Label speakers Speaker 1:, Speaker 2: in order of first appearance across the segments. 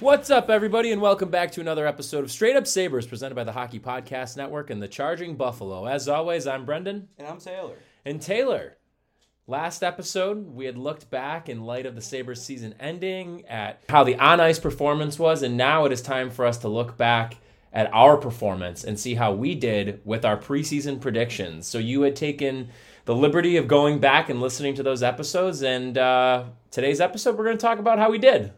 Speaker 1: What's up, everybody, and welcome back to another episode of Straight Up Sabres presented by the Hockey Podcast Network and the Charging Buffalo. As always, I'm Brendan.
Speaker 2: And I'm Taylor.
Speaker 1: And Taylor, last episode, we had looked back in light of the Sabres season ending at how the on ice performance was, and now it is time for us to look back at our performance and see how we did with our preseason predictions. So you had taken the liberty of going back and listening to those episodes, and uh, today's episode, we're going to talk about how we did.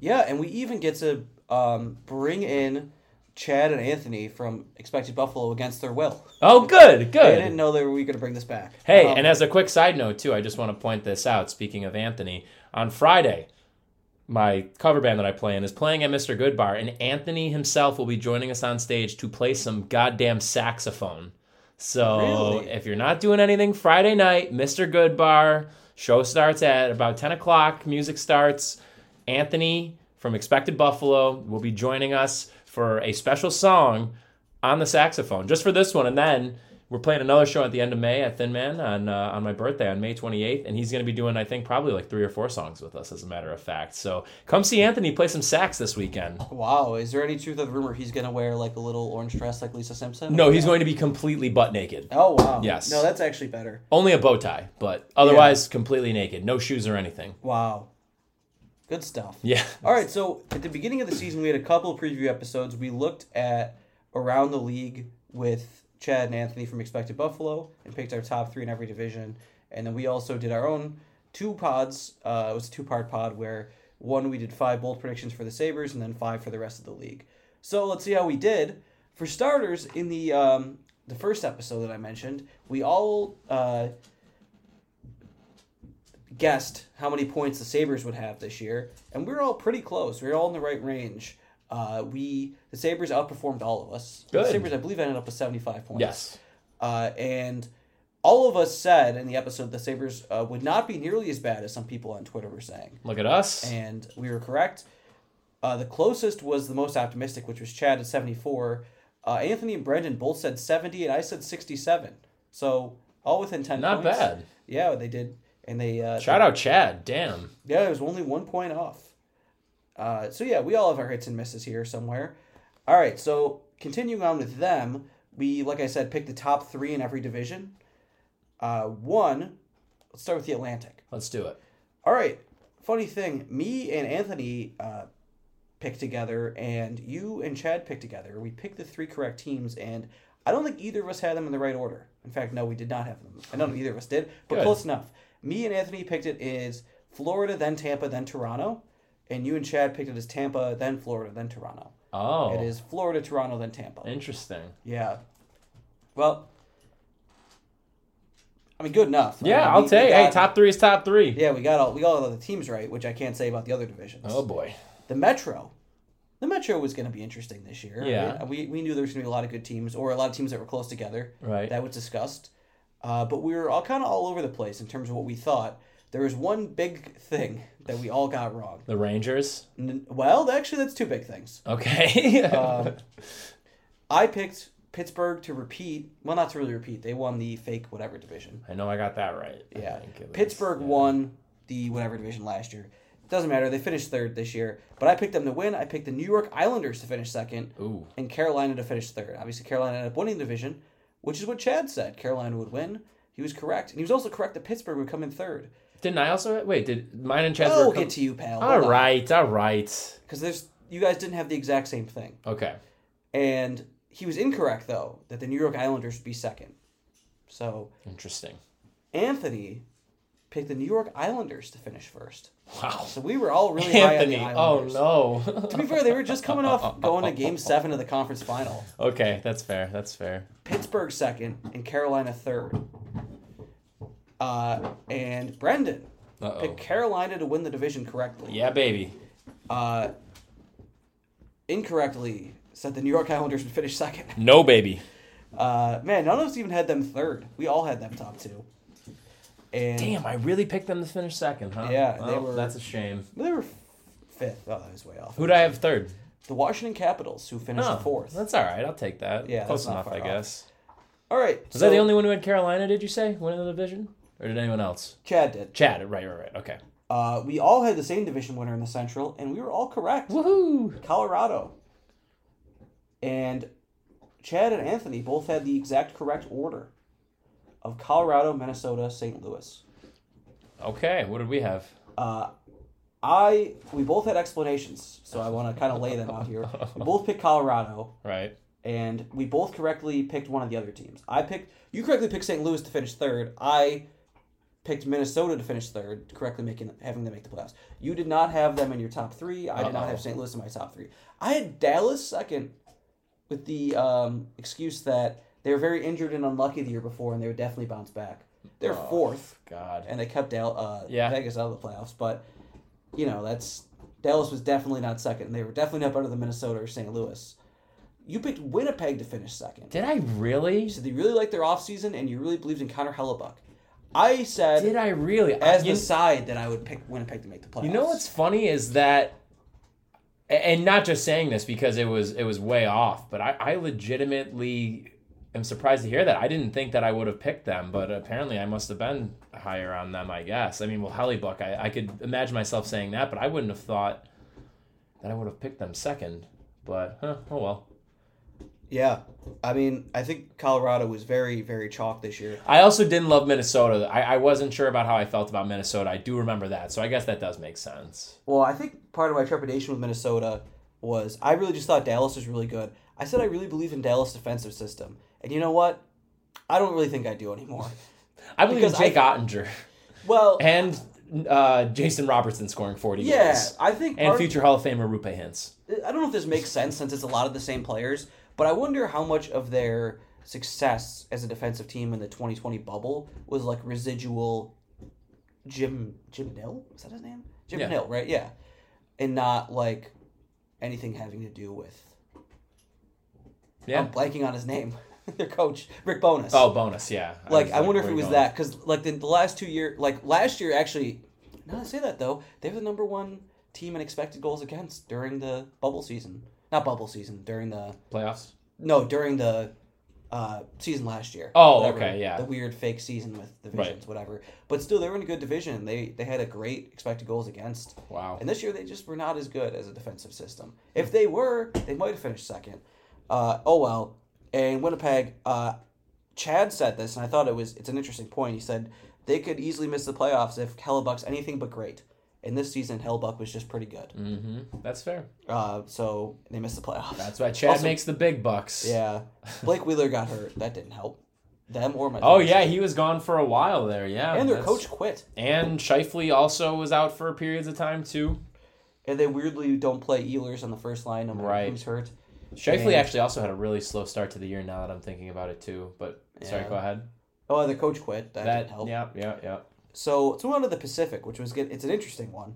Speaker 2: Yeah, and we even get to um, bring in Chad and Anthony from Expected Buffalo against their will.
Speaker 1: Oh, good,
Speaker 2: I
Speaker 1: good.
Speaker 2: didn't know they were going to bring this back.
Speaker 1: Hey,
Speaker 2: Um,
Speaker 1: and as a quick side note, too, I just want to point this out. Speaking of Anthony, on Friday, my cover band that I play in is playing at Mr. Goodbar, and Anthony himself will be joining us on stage to play some goddamn saxophone. So
Speaker 2: Really?
Speaker 1: if you're not doing anything Friday night, Mr. Goodbar, show starts at about 10 o'clock, music starts. Anthony from Expected Buffalo will be joining us for a special song on the saxophone, just for this one. And then we're playing another show at the end of May at Thin Man on uh, on my birthday on May 28th, and he's going to be doing I think probably like three or four songs with us, as a matter of fact. So come see Anthony play some sax this weekend.
Speaker 2: wow, is there any truth to the rumor he's going to wear like a little orange dress like Lisa Simpson?
Speaker 1: No, he's going to be completely butt naked,
Speaker 2: Oh wow.
Speaker 1: Yes.
Speaker 2: No, that's actually better.
Speaker 1: only a bow tie, but otherwise completely naked, no shoes or anything.
Speaker 2: Wow. Good stuff.
Speaker 1: Yeah.
Speaker 2: All right, so at the beginning of the season, we had a couple of preview episodes. We looked at around the league with Chad and Anthony from Expected Buffalo and picked our top three in every division. And then we also did our own two pods. Uh, it was a two part pod where one we did five bold predictions for the Sabres and then five for the rest of the league. So let's see how we did. For starters, in the um, the first episode that I mentioned, we all uh, guessed how many points the Sabres would have this year, and we were all pretty close. We were all in the right range. Uh, we the Sabres outperformed all of us.
Speaker 1: Good.
Speaker 2: The Sabres, I believe, ended up with seventy five points.
Speaker 1: Yes.
Speaker 2: Uh, and all of us said in the episode the Sabres uh, would not be nearly as bad as some people on Twitter were saying,
Speaker 1: Look at us.
Speaker 2: and we were correct. Uh, the closest was the most optimistic, which was Chad at seventy four. Uh, Anthony and Brendan both said seventy, and I said sixty seven. So all within ten.
Speaker 1: Not
Speaker 2: points.
Speaker 1: bad.
Speaker 2: Yeah, they did, and they uh,
Speaker 1: Shout out Chad. Damn.
Speaker 2: yeah, it was only one point off. Uh, so yeah, we all have our hits and misses here somewhere. All right, so continuing on with them, we like I said picked the top three in every division. Uh, one, let's start with the Atlantic.
Speaker 1: Let's do it.
Speaker 2: All right, funny thing, me and Anthony uh, picked together, and you and Chad picked together. We picked the three correct teams, and I don't think either of us had them in the right order. In fact, no, we did not have them. I don't think either of us did, but
Speaker 1: Good.
Speaker 2: close enough. Me and Anthony picked it as Florida, then Tampa, then Toronto, and you and Chad picked it as Tampa, then Florida, then Toronto.
Speaker 1: Oh,
Speaker 2: It is Florida, Toronto, then Tampa.
Speaker 1: interesting.
Speaker 2: Yeah. Well, I mean, good enough. I
Speaker 1: Yeah,
Speaker 2: mean, we-
Speaker 1: I'll
Speaker 2: we
Speaker 1: tell you. Hey,
Speaker 2: got-
Speaker 1: top three is top three.
Speaker 2: yeah, we got all we got all the teams right, which I can't say about the other divisions.
Speaker 1: Oh boy.
Speaker 2: The Metro, the Metro was going to be interesting this year.
Speaker 1: Yeah.
Speaker 2: we, we knew there was going to be a lot of good teams or a lot of teams that were close together.
Speaker 1: Right.
Speaker 2: that was discussed, uh, but we were all kind of all over the place in terms of what we thought. There was one big thing that we all got wrong.
Speaker 1: The Rangers.
Speaker 2: N- Well, actually, that's two big things.
Speaker 1: Okay.
Speaker 2: Um, I picked Pittsburgh to repeat. Well, not to really repeat. They won the fake whatever division.
Speaker 1: I know I got that right. I
Speaker 2: Yeah.
Speaker 1: think it was.
Speaker 2: Pittsburgh won the whatever division last year. Doesn't matter. They finished third this year. But I picked them to win. I picked the New York Islanders to finish second
Speaker 1: Ooh.
Speaker 2: and Carolina to finish third. Obviously, Carolina ended up winning the division. which is what Chad said. Carolina would win. He was correct, and he was also correct that Pittsburgh would come in third.
Speaker 1: Didn't I also wait? Did mine and Chad's?
Speaker 2: Oh,
Speaker 1: were
Speaker 2: we'll get to you, pal.
Speaker 1: All right, all right.
Speaker 2: because there's you guys didn't have the exact same thing,
Speaker 1: Okay.
Speaker 2: and he was incorrect though that the New York Islanders would be second. So
Speaker 1: Interesting.
Speaker 2: Anthony picked the New York Islanders to finish first.
Speaker 1: Wow.
Speaker 2: So we were all really high on the
Speaker 1: Anthony. Oh
Speaker 2: Islanders.
Speaker 1: no.
Speaker 2: To be fair, they were just coming off going to Game Seven of the conference final.
Speaker 1: okay, that's fair. That's fair.
Speaker 2: Pittsburgh second and Carolina third. Uh, and Brendan
Speaker 1: Uh oh.
Speaker 2: picked Carolina to win the division correctly.
Speaker 1: Yeah, baby.
Speaker 2: Uh, incorrectly said the New York Islanders would finish second.
Speaker 1: No, baby.
Speaker 2: Uh, man, none of us even had them third. We all had them top two. And
Speaker 1: Damn, I really picked them to finish second, huh?
Speaker 2: Yeah, they
Speaker 1: Well,
Speaker 2: were-
Speaker 1: That's a shame.
Speaker 2: they were fifth. Oh, that was way off.
Speaker 1: Who'd I have third?
Speaker 2: The Washington Capitals, who finished
Speaker 1: Oh,
Speaker 2: fourth.
Speaker 1: That's all right. I'll take that.
Speaker 2: Yeah,
Speaker 1: close
Speaker 2: that's not
Speaker 1: enough,
Speaker 2: far
Speaker 1: I
Speaker 2: off.
Speaker 1: guess.
Speaker 2: All right.
Speaker 1: Was that the only one who had Carolina? Did you say winning the division, or did anyone else?
Speaker 2: Chad did.
Speaker 1: Chad. Right, right, right. Okay.
Speaker 2: Uh, we all had the same division winner in the Central, and we were all correct.
Speaker 1: Woohoo!
Speaker 2: Colorado. And Chad and Anthony both had the exact correct order of Colorado, Minnesota, St. Louis.
Speaker 1: Okay, what did we have?
Speaker 2: I we both had explanations, so I want to kind of lay them out here. We both picked Colorado,
Speaker 1: Right.
Speaker 2: and we both correctly picked one of the other teams. I picked you correctly picked St. Louis to finish third. I picked Minnesota to finish third, correctly making having them make the playoffs. You did not have them in your top three. I did not have St. Louis in my top three. I had Dallas second, with the um, excuse that they were very injured and unlucky the year before, and they would definitely bounce back. They're fourth,
Speaker 1: God.
Speaker 2: and they kept Dal- uh,
Speaker 1: Yeah.
Speaker 2: Vegas out of the playoffs. But you know that's Dallas was definitely not second, and they were definitely not better than Minnesota or St. Louis. You picked Winnipeg to finish second.
Speaker 1: Did I really?
Speaker 2: So you really liked their offseason, and you really believed in Connor Hellebuck. I said
Speaker 1: Did I really?
Speaker 2: as
Speaker 1: you,
Speaker 2: the side that I would pick Winnipeg to make the playoffs.
Speaker 1: you know what's funny is that, a- and not just saying this because it was it was way off, but I, I legitimately am surprised to hear that. I didn't think that I would have picked them, but apparently I must have been higher on them. I guess. I mean, well, Hellebuck, I, I could imagine myself saying that, but I wouldn't have thought that I would have picked them second. But huh, oh well.
Speaker 2: Yeah, I mean, I think Colorado was very, very chalk this year.
Speaker 1: I also didn't love Minnesota. I, I wasn't sure about how I felt about Minnesota. I do remember that, so I guess that does make sense.
Speaker 2: Well, I think part of my trepidation with Minnesota was I really just thought Dallas was really good. I said I really believe in Dallas' defensive system, and you know what? I don't really think I do anymore.
Speaker 1: I believe in
Speaker 2: Because I-
Speaker 1: Jake Ottinger
Speaker 2: Well,
Speaker 1: and uh, Jason Robertson scoring forty
Speaker 2: yeah,
Speaker 1: goals,
Speaker 2: I think
Speaker 1: and
Speaker 2: part-
Speaker 1: future Hall of Famer Rupe Hintz.
Speaker 2: I don't know if this makes sense since it's a lot of the same players, but I wonder how much of their success as a defensive team in the 2020 bubble was like residual Jim Jim Nill? Is that his name? Jim
Speaker 1: Yeah.
Speaker 2: Nill, right? Yeah. And not like anything having to do with
Speaker 1: Yeah.
Speaker 2: I'm blanking on his name. their coach, Rick Bonus.
Speaker 1: oh, bonus, yeah.
Speaker 2: like
Speaker 1: was
Speaker 2: I wonder if
Speaker 1: where you
Speaker 2: it was
Speaker 1: going?
Speaker 2: that because like the, the last two year, like last year actually. Now that I say that though, they were the number one team in expected goals against during the bubble season. Not bubble season during the
Speaker 1: playoffs.
Speaker 2: no during the uh, season last year.
Speaker 1: Oh, okay, yeah.
Speaker 2: The weird fake season with divisions, whatever. But still, they were in a good division. They they had a great expected goals against.
Speaker 1: Wow.
Speaker 2: And this year, they just were not as good as a defensive system. If they were, they might have finished second. Uh, oh well. And Winnipeg, uh, Chad said this, and I thought it was it's an interesting point. He said they could easily miss the playoffs if Hellebuck's anything but great. And this season, Hellebuck was just pretty good.
Speaker 1: hmm That's fair.
Speaker 2: Uh, so they missed the playoffs.
Speaker 1: That's why Chad
Speaker 2: Also-
Speaker 1: makes the big bucks.
Speaker 2: Yeah. Blake Wheeler got hurt. That didn't help them or my.
Speaker 1: Oh yeah, he was gone for a while there. Yeah,
Speaker 2: and their
Speaker 1: that's-
Speaker 2: coach quit,
Speaker 1: and Shifley also was out for periods of time too. and
Speaker 2: and they weirdly don't play Ehlers on the first line. No matter
Speaker 1: Right.
Speaker 2: who's hurt.
Speaker 1: Shifley actually also had a really slow start to the year. Now that I'm thinking about it too, but sorry,
Speaker 2: Yeah.
Speaker 1: go ahead.
Speaker 2: Oh, and their coach quit. That,
Speaker 1: That
Speaker 2: didn't help.
Speaker 1: yeah, yeah, yeah.
Speaker 2: So let's move on to the Pacific, which was good. It's an interesting one.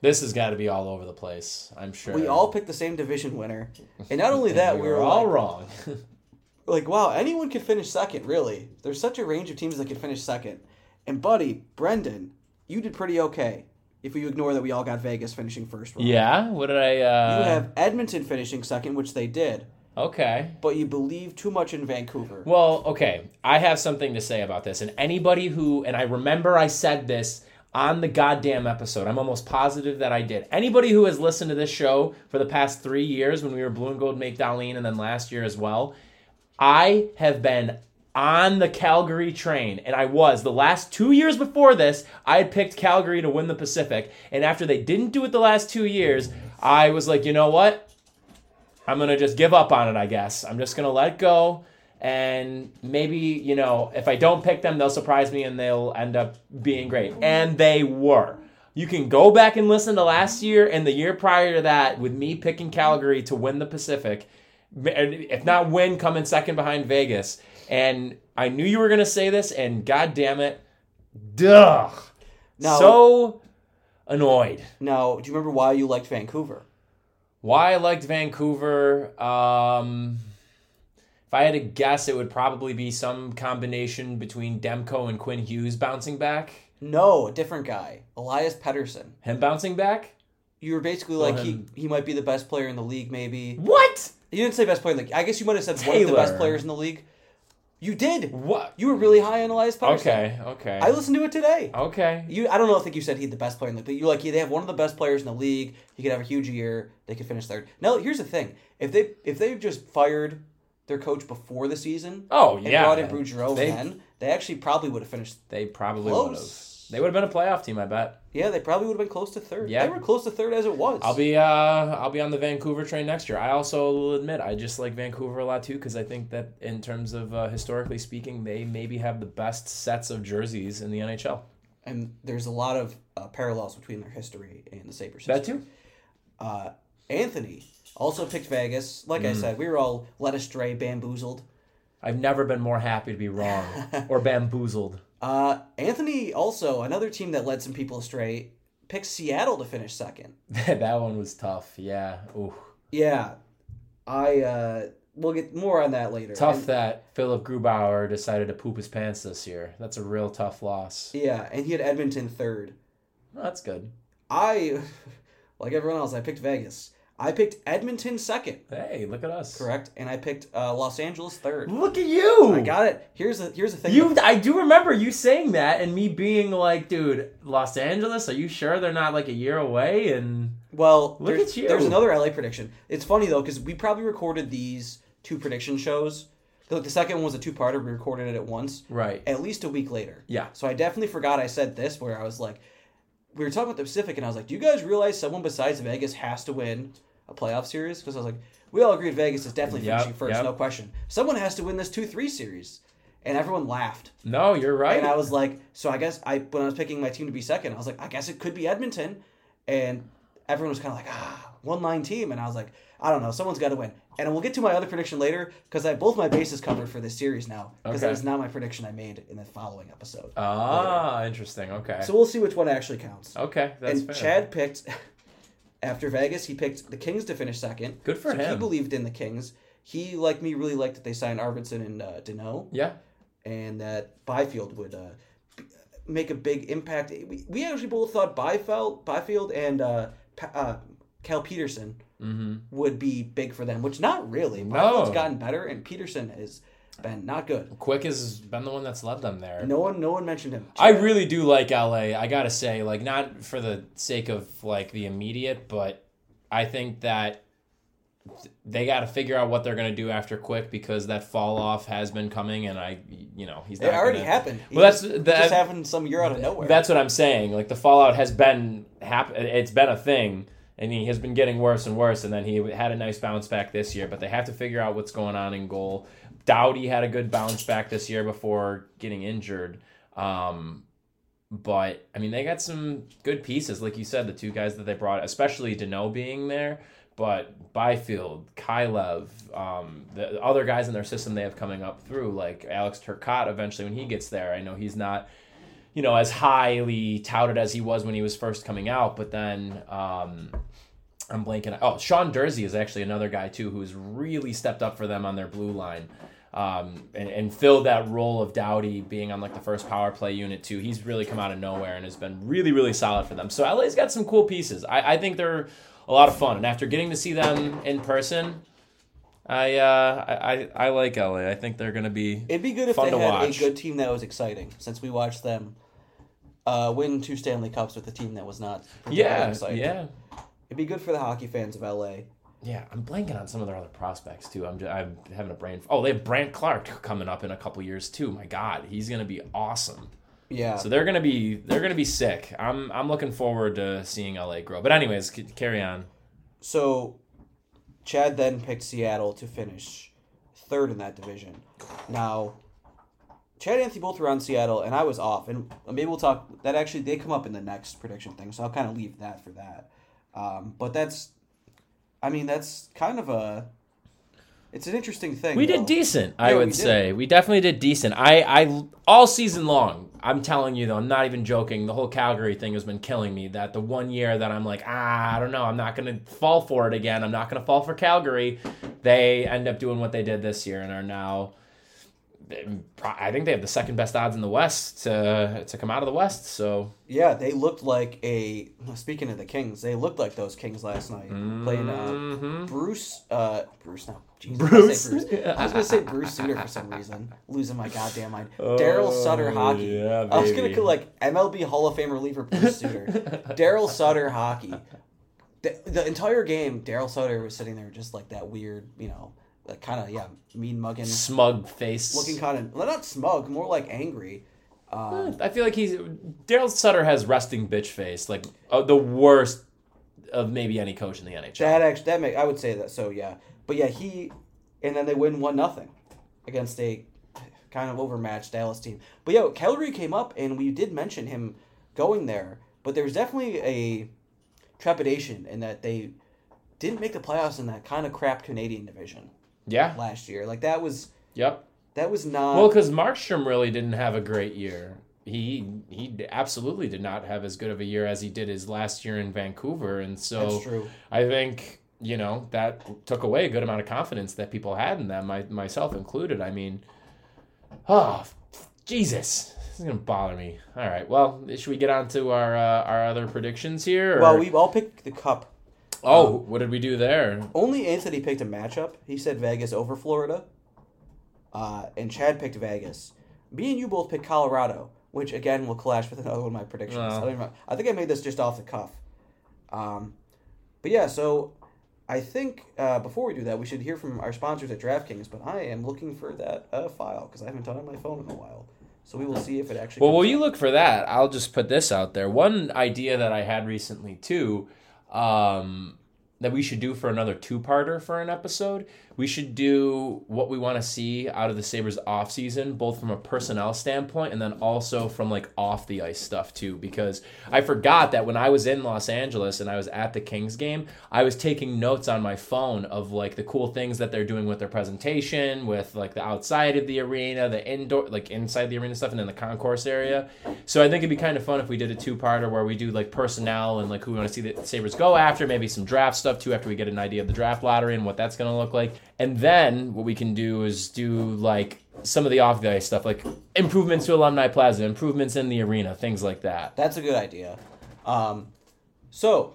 Speaker 1: This has got to be all over the place. I'm sure
Speaker 2: We all picked the same division winner, and not only that, we were
Speaker 1: all
Speaker 2: all
Speaker 1: wrong.
Speaker 2: like, "Wow, anyone could finish second, really." There's such a range of teams that could finish second. And buddy, Brendan, you did pretty okay. If you ignore that we all got Vegas finishing first. wrong.
Speaker 1: yeah. What did I?
Speaker 2: You
Speaker 1: Uh,
Speaker 2: have Edmonton finishing second, which they did.
Speaker 1: Okay.
Speaker 2: but you believe too much in Vancouver.
Speaker 1: Well, okay. I have something to say about this. And anybody who, and I remember I said this on the goddamn episode, I'm almost positive that I did. Anybody who has listened to this show for the past three years when we were Blue and Gold Make Darlene and then last year as well, I have been on the Calgary train, and I was. The last two years before this, I had picked Calgary to win the Pacific. And after they didn't do it the last two years, I was like, you know what? I'm going to just give up on it, I guess. I'm just going to let it go. And maybe, you know, if I don't pick them, they'll surprise me and they'll end up being great. And they were. You can go back and listen to last year and the year prior to that with me picking Calgary to win the Pacific. And If not win, come in second behind Vegas. And I knew you were going to say this, and god damn it, duh.
Speaker 2: Now,
Speaker 1: So annoyed.
Speaker 2: now, do you remember why you liked Vancouver?
Speaker 1: Why I liked Vancouver. Um, if I had to guess, it would probably be some combination between Demko and Quinn Hughes bouncing back.
Speaker 2: No, a different guy, Elias Pettersson.
Speaker 1: Him bouncing back?
Speaker 2: You were basically like he,
Speaker 1: him.
Speaker 2: he might be the best player in the league, maybe.
Speaker 1: What?
Speaker 2: You didn't say best player in the league. I guess you might have said one of the best
Speaker 1: Taylor.
Speaker 2: players in the league. You did.
Speaker 1: What?
Speaker 2: You were really high on Elias Pettersson.
Speaker 1: Okay, okay.
Speaker 2: I listened to it today.
Speaker 1: okay.
Speaker 2: You, I don't know. I think you said he's the best player in the league. But you like, yeah, they have one of the best players in the league. He could have a huge year. They could finish third. Now, here's the thing: if they if they just fired their coach before the season,
Speaker 1: Oh,
Speaker 2: and
Speaker 1: yeah.
Speaker 2: brought in Boudreaux
Speaker 1: They-
Speaker 2: then, they actually probably would have finished.
Speaker 1: They probably would have.
Speaker 2: Close.
Speaker 1: They would have been a playoff team, I bet.
Speaker 2: Yeah, they probably would have been close to third.
Speaker 1: Yeah.
Speaker 2: they were close to third as it was.
Speaker 1: I'll be uh I'll be on the Vancouver train next year. I also will admit I just like Vancouver a lot too because I think that in terms of uh, historically speaking, they maybe have the best sets of jerseys in the NHL.
Speaker 2: and there's a lot of uh, parallels between their history and the Sabres.
Speaker 1: That too.
Speaker 2: Uh, Anthony also picked Vegas. Like
Speaker 1: Mm.
Speaker 2: I said, we were all led astray, bamboozled.
Speaker 1: I've never been more happy to be wrong or bamboozled.
Speaker 2: Uh, Anthony also another team that led some people astray picked Seattle to finish second.
Speaker 1: that one was tough. Yeah. Ooh.
Speaker 2: Yeah, I uh, we'll get more on that later.
Speaker 1: Tough
Speaker 2: And-
Speaker 1: that Philip Grubauer decided to poop his pants this year. That's a real tough loss.
Speaker 2: yeah, and he had Edmonton third.
Speaker 1: Well, that's good.
Speaker 2: I, like everyone else, I picked Vegas. I picked Edmonton second,
Speaker 1: Hey, look at us.
Speaker 2: correct, and I picked uh, Los Angeles third.
Speaker 1: Look at you.
Speaker 2: I got it. Here's the here's the thing.
Speaker 1: You, I do remember you saying that, and me being like, "Dude, Los Angeles, are you sure they're not like a year away?" And
Speaker 2: Well,
Speaker 1: Look
Speaker 2: there's,
Speaker 1: at you.
Speaker 2: there's another LA prediction. It's funny though because we probably recorded these two prediction shows. The, the second one was a two-parter. We recorded it at once,
Speaker 1: right,
Speaker 2: at least a week later.
Speaker 1: Yeah.
Speaker 2: So I definitely forgot I said this where I was like, we were talking about the Pacific, and I was like, do you guys realize someone besides Vegas has to win a playoff series? Because I was like, we all agreed Vegas is definitely
Speaker 1: Yep,
Speaker 2: finishing first,
Speaker 1: yep.
Speaker 2: no question. Someone has to win this two-three series, and everyone laughed.
Speaker 1: no, you're right.
Speaker 2: And I was like, so I guess I when I was picking my team to be second, I was like, I guess it could be Edmonton, and everyone was kind of like, ah, one line team, and I was like, I don't know, someone's got to win. And we'll get to my other prediction later because I have both my bases covered for this series now because
Speaker 1: Okay.
Speaker 2: that is not my prediction I made in the following episode.
Speaker 1: ah, interesting. Okay,
Speaker 2: so we'll see which one actually counts.
Speaker 1: okay, that's
Speaker 2: and
Speaker 1: fair.
Speaker 2: Chad picked after Vegas, he picked the Kings to finish second.
Speaker 1: Good for
Speaker 2: so He
Speaker 1: him.
Speaker 2: believed in the Kings. He, like me, really liked that they signed Arvidsson and uh, Deneau
Speaker 1: yeah,
Speaker 2: and that Byfield would uh, b- make a big impact. We, we actually both thought Byfield, Byfield and uh, Pa- uh, Cal Peterson
Speaker 1: Mm-hmm.
Speaker 2: would be big for them, which not really. Byfield's gotten better, and Peterson has been not good.
Speaker 1: Quick has been the one that's led them there.
Speaker 2: No one, no one mentioned him.
Speaker 1: I really do like LA. I gotta say, like, not for the sake of like the immediate, but I think that they got to figure out what they're gonna do after Quick because that fall off has been coming, and I, you know, he's
Speaker 2: It
Speaker 1: not
Speaker 2: already
Speaker 1: gonna-
Speaker 2: happened. He
Speaker 1: Well,
Speaker 2: just,
Speaker 1: that's-
Speaker 2: he
Speaker 1: that-
Speaker 2: just happened some year out of nowhere.
Speaker 1: That's what I'm saying. Like the fallout has been hap- It's been a thing, and he has been getting worse and worse. And then he had a nice bounce back this year, but they have to figure out what's going on in goal. Dowdy had a good bounce back this year before getting injured. Um, but I mean, they got some good pieces, like you said, the two guys that they brought, especially Dano being there. But Byfield, Kylev, um, the the other guys in their system they have coming up through, like Alex Turcotte, eventually when he gets there, I know he's not you know, as highly touted as he was when he was first coming out. But then um, I'm blanking. Oh, Sean Dursey is actually another guy too who's really stepped up for them on their blue line. Um, and, and filled that role of Dowdy being on like the first power play unit too. He's really come out of nowhere and has been really, really solid for them. So LA's got some cool pieces. I, I think they're a lot of fun. And after getting to see them in person, I uh, I, I I like LA. I think they're gonna be
Speaker 2: It'd be good if
Speaker 1: fun
Speaker 2: they
Speaker 1: to
Speaker 2: had
Speaker 1: watch.
Speaker 2: a good team that was exciting, since we watched them uh, win two Stanley Cups with a team that was not. particularly
Speaker 1: yeah
Speaker 2: exciting.
Speaker 1: yeah
Speaker 2: It'd be good for the hockey fans of LA.
Speaker 1: Yeah, I'm blanking on some of their other prospects too. I'm just, I'm having a brain. Oh, they have Brant Clark coming up in a couple years too. My God, he's gonna be awesome.
Speaker 2: Yeah.
Speaker 1: So they're gonna be they're gonna be sick. I'm I'm looking forward to seeing LA grow. But anyways, c- carry on.
Speaker 2: So Chad then picked Seattle to finish third in that division. Now, Chad and Anthony both were on Seattle, and I was off. And maybe we'll talk. That actually, they come up in the next prediction thing, so I'll kind of leave that for that. Um, but that's, I mean, that's kind of a. It's an interesting thing.
Speaker 1: We
Speaker 2: though.
Speaker 1: did decent, I
Speaker 2: Yeah,
Speaker 1: would
Speaker 2: we did.
Speaker 1: say. We definitely did decent. I, I all season long, I'm telling you though, I'm not even joking. The whole Calgary thing has been killing me. That the one year that I'm like, ah, I don't know, I'm not gonna fall for it again. I'm not gonna fall for Calgary. They end up doing what they did this year and are now. um, I think they have the second best odds in the West to to come out of the West. So
Speaker 2: Yeah, they looked like a. Speaking of the Kings, they looked like those Kings last night playing uh, Bruce. Uh, Bruce, no, Jesus, I was gonna say Bruce. I was gonna say Bruce Suter for some reason, losing my goddamn mind. Daryl Sutter hockey.
Speaker 1: Oh, yeah,
Speaker 2: I was
Speaker 1: baby.
Speaker 2: gonna go like MLB Hall of Fame reliever Bruce Suter. Daryl Sutter hockey. The, the entire game, Daryl Sutter was sitting there just like that weird, you know, like kind of yeah, mean mugging,
Speaker 1: smug face.
Speaker 2: looking kind of well, not smug, more like angry.
Speaker 1: I feel like he's Daryl Sutter has resting bitch face, like uh, the worst of maybe any coach in the NHL.
Speaker 2: That actually, that make I would say that. So yeah, but yeah, he, and then they win one nothing against a kind of overmatched Dallas team. But yo, Calgary came up, and we did mention him going there, but there was definitely a trepidation in that they didn't make the playoffs in that kind of crap Canadian division
Speaker 1: yeah.
Speaker 2: last year. Like that was
Speaker 1: Yep.
Speaker 2: that was not.
Speaker 1: Well, because Markstrom really didn't have a great year. He he absolutely did not have as good of a year as he did his last year in Vancouver, and so
Speaker 2: That's true.
Speaker 1: I think you know that took away a good amount of confidence that people had in them, my, myself included. I mean, oh Jesus, this is gonna bother me. All right, well, should we get on to our uh, our other predictions here? or-
Speaker 2: well, we all picked the cup.
Speaker 1: Oh, what did we do there?
Speaker 2: Only Anthony picked a matchup. He said Vegas over Florida. Uh, and Chad picked Vegas. Me and you both picked Colorado, which again will clash with another one of my predictions. I,
Speaker 1: Oh.
Speaker 2: don't even, know- I think I made this just off the cuff. Um, but yeah, so I think uh, before we do that, we should hear from our sponsors at DraftKings. But I am looking for that uh, file because I haven't done it on my phone in a while. So we will see if it actually.
Speaker 1: Well,
Speaker 2: comes
Speaker 1: will you look for that? I'll just put this out there. One idea that I had recently too, um, that we should do for another two-parter for an episode. We should do what we want to see out of the Sabres offseason, both from a personnel standpoint and then also from like off the ice stuff too. Because I forgot that when I was in Los Angeles and I was at the Kings game, I was taking notes on my phone of like the cool things that they're doing with their presentation, with like the outside of the arena, the indoor, like inside the arena stuff, and then the concourse area. So I think it'd be kind of fun if we did a two-parter where we do like personnel and like who we want to see the Sabres go after, maybe some draft stuff too, after we get an idea of the draft lottery and what that's going to look like. And then what we can do is do like some of the off the ice stuff, like improvements to Alumni Plaza, improvements in the arena, things like that.
Speaker 2: That's a good idea. Um, so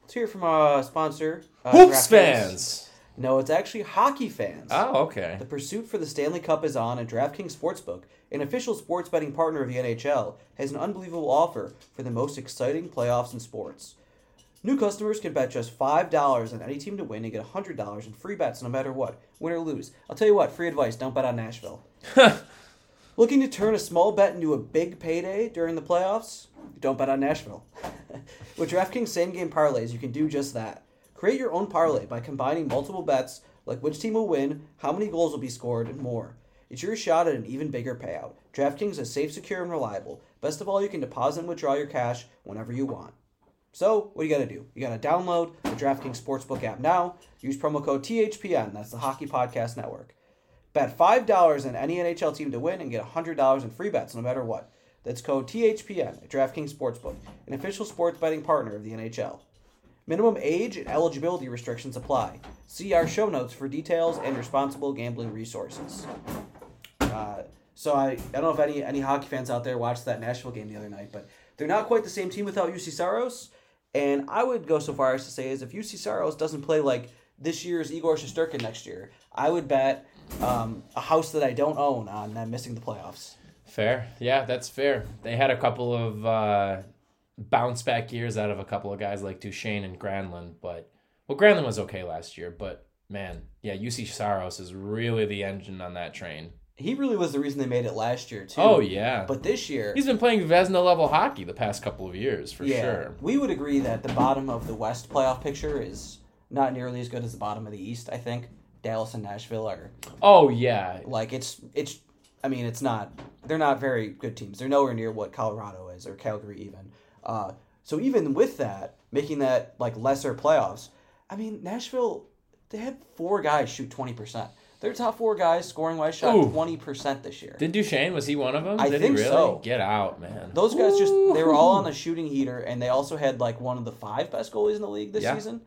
Speaker 2: let's hear from a sponsor. Uh,
Speaker 1: Hoops
Speaker 2: DraftKings.
Speaker 1: fans.
Speaker 2: No, it's actually hockey fans.
Speaker 1: Oh, okay.
Speaker 2: The pursuit for the Stanley Cup is on, and DraftKings Sportsbook, an official sports betting partner of the NHL, has an unbelievable offer for the most exciting playoffs in sports. New customers can bet just $5 on any team to win and get $100 in free bets no matter what, win or lose. I'll tell you what, free advice don't bet on Nashville. Looking to turn a small bet into a big payday during the playoffs? Don't bet on Nashville. With DraftKings same game parlays, you can do just that. Create your own parlay by combining multiple bets, like which team will win, how many goals will be scored, and more. It's your shot at an even bigger payout. DraftKings is safe, secure, and reliable. Best of all, you can deposit and withdraw your cash whenever you want. So, what do you gotta do? You gotta download the DraftKings Sportsbook app now. Use promo code THPN, that's the Hockey Podcast Network. Bet $5 on any NHL team to win and get $100 in free bets no matter what. That's code THPN at DraftKings Sportsbook, an official sports betting partner of the NHL. Minimum age and eligibility restrictions apply. See our show notes for details and responsible gambling resources. Uh, so I, I don't know if any any hockey fans out there watched that Nashville game the other night, but they're not quite the same team without UC Saros. And I would go so far as to say is if UC Saros doesn't play like this year's Igor Shosturkin next year, I would bet um, a house that I don't own on them missing the playoffs.
Speaker 1: Fair. Yeah, that's fair. They had a couple of uh, bounce back years out of a couple of guys like Duchesne and Granlund, but Well, Granlund was okay last year, but man, yeah, UC Saros is really the engine on that train.
Speaker 2: He really was the reason they made it last year too.
Speaker 1: Oh yeah,
Speaker 2: But this year,
Speaker 1: he's been playing Vesna level hockey the past couple of years for sure.
Speaker 2: we would agree that the bottom of the West playoff picture is not nearly as good as the bottom of the East. I think Dallas and Nashville are
Speaker 1: Oh yeah,
Speaker 2: like it's it's. I mean, it's not. They're not very good teams. They're nowhere near what Colorado is or Calgary even. Uh, so even with that, making that like lesser playoffs, I mean Nashville, they had four guys shoot twenty percent. Their top four guys scoring wise
Speaker 1: Ooh.
Speaker 2: shot twenty percent this year.
Speaker 1: did Duchesne was he one of them?
Speaker 2: I
Speaker 1: Did
Speaker 2: think
Speaker 1: he really?
Speaker 2: so.
Speaker 1: Get out, man.
Speaker 2: Those guys just they were all on the shooting heater and they also had like one of the five best goalies in the league this
Speaker 1: Yeah.
Speaker 2: season.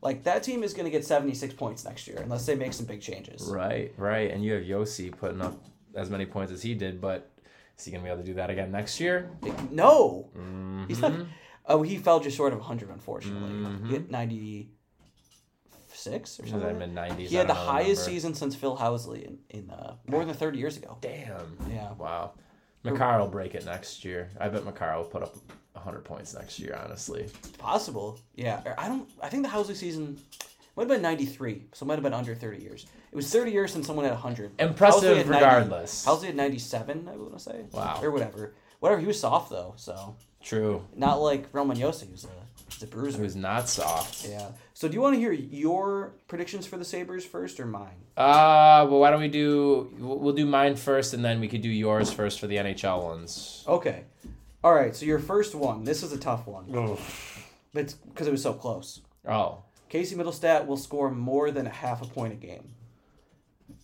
Speaker 2: Like that team is gonna get seventy six points next year unless they make some big changes.
Speaker 1: Right, right. And you have Yossi putting up as many points as he did, but is he gonna be able to do that again next year?
Speaker 2: No. He's
Speaker 1: Mm-hmm.
Speaker 2: not Oh, he fell just short of 100, unfortunately. He had 96
Speaker 1: Was
Speaker 2: or
Speaker 1: that
Speaker 2: something.
Speaker 1: mid nineties?
Speaker 2: He had the highest season since Phil Housley in, in uh, more than 30 years ago.
Speaker 1: Damn.
Speaker 2: Yeah.
Speaker 1: Wow. McCarr will break it next year. I bet McCarr will put up 100 points next year, honestly.
Speaker 2: Possible. Yeah. Or I don't. I think the Housley season might have been 93, so it might have been under 30 years. It was 30 years since someone had 100.
Speaker 1: Impressive
Speaker 2: Housley had 90
Speaker 1: regardless.
Speaker 2: Housley had 97, I want to say.
Speaker 1: Wow.
Speaker 2: Or whatever. Whatever. He was soft, though, so.
Speaker 1: True.
Speaker 2: Not like Roman Yossi, who's a, who's a bruiser.
Speaker 1: He was not soft.
Speaker 2: Yeah. So do you want to hear your predictions for the Sabres first or mine?
Speaker 1: Uh, well, why don't we do. We'll we'll do mine first, and then we could do yours first for the NHL ones.
Speaker 2: Okay. All right. So your first one. This is a tough one. But it's because it was so close.
Speaker 1: Oh.
Speaker 2: Casey Middlestat will score more than a half a point a game.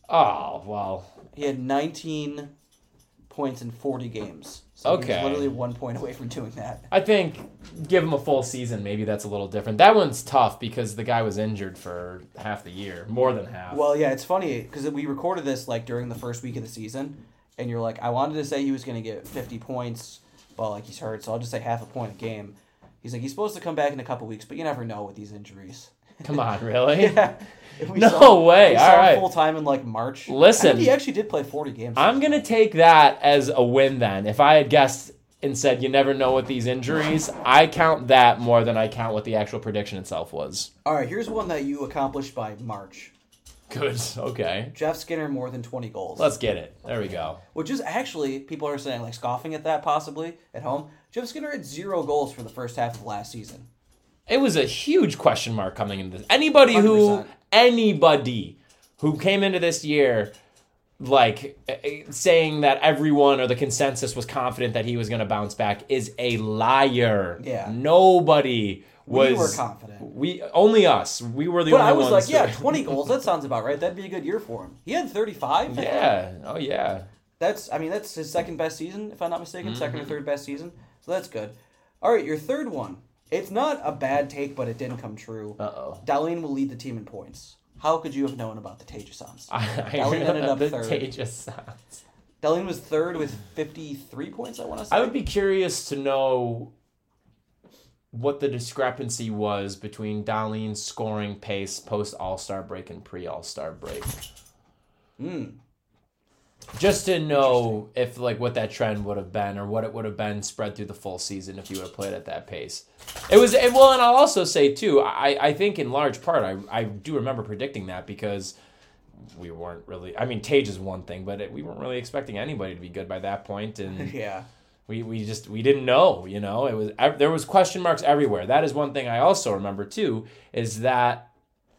Speaker 1: Oh, well.
Speaker 2: He had 19 points in 40 games. So he was
Speaker 1: Okay.
Speaker 2: literally one point away from doing that.
Speaker 1: I think give him a full season. Maybe that's a little different. That one's tough because the guy was injured for half the year, more than half.
Speaker 2: Well, yeah, it's funny because we recorded this like during the first week of the season, and you're like, I wanted to say he was going to get 50 points, but like he's hurt, so I'll just say half a point a game. He's like, he's supposed to come back in a couple weeks, but you never know with these injuries.
Speaker 1: Come on, really?
Speaker 2: If we
Speaker 1: No way,
Speaker 2: we
Speaker 1: all right.
Speaker 2: Full time in like March. I
Speaker 1: Listen.
Speaker 2: think he actually did play forty games.
Speaker 1: I'm gonna take that as a win then. If I had guessed and said you never know with these injuries, I count that more than I count what the actual prediction itself was.
Speaker 2: All right, here's one that you accomplished by March.
Speaker 1: Good. Okay.
Speaker 2: Jeff Skinner more than twenty goals,
Speaker 1: Let's get it. There we go.
Speaker 2: which is actually people are saying like scoffing at that possibly at home. Jeff Skinner had zero goals for the first half of last season.
Speaker 1: It was a huge question mark coming into this. Anybody who
Speaker 2: 100%.
Speaker 1: anybody who came into this year like eh, eh, saying that everyone or the consensus was confident that he was going to bounce back is a liar.
Speaker 2: Yeah.
Speaker 1: Nobody was
Speaker 2: We were confident.
Speaker 1: We only us. We were the
Speaker 2: But
Speaker 1: only
Speaker 2: I was
Speaker 1: ones
Speaker 2: like, yeah,
Speaker 1: that-
Speaker 2: 20 goals. That sounds about right. That'd be a good year for him. He had 35.
Speaker 1: Yeah. Oh yeah.
Speaker 2: That's, I mean, that's his second best season, if I'm not mistaken. Second
Speaker 1: Mm-hmm.
Speaker 2: or third best season. So that's good. All right, your third one. It's not a bad take, but it didn't come true. Uh
Speaker 1: Uh-oh.
Speaker 2: Darlene will lead the team in points. How could you have known about the Tejas
Speaker 1: I
Speaker 2: Darlene ended up
Speaker 1: the
Speaker 2: third.
Speaker 1: Tejas sounds.
Speaker 2: Darlene was third with 53 points, I want to say.
Speaker 1: I would be curious to know what the discrepancy was between Darlene's scoring pace post All Star break and pre All Star break. Just to know if like what that trend would have been or what it would have been spread through the full season if you would have played at that pace. It was and well, and I'll also say too, I, I think in large part I, I do remember predicting that because we weren't really I mean Tage is one thing, but it, we weren't really expecting anybody to be good by that point and
Speaker 2: yeah.
Speaker 1: we, we just we didn't know you know it was ev- there was question marks everywhere that is one thing i also remember too is that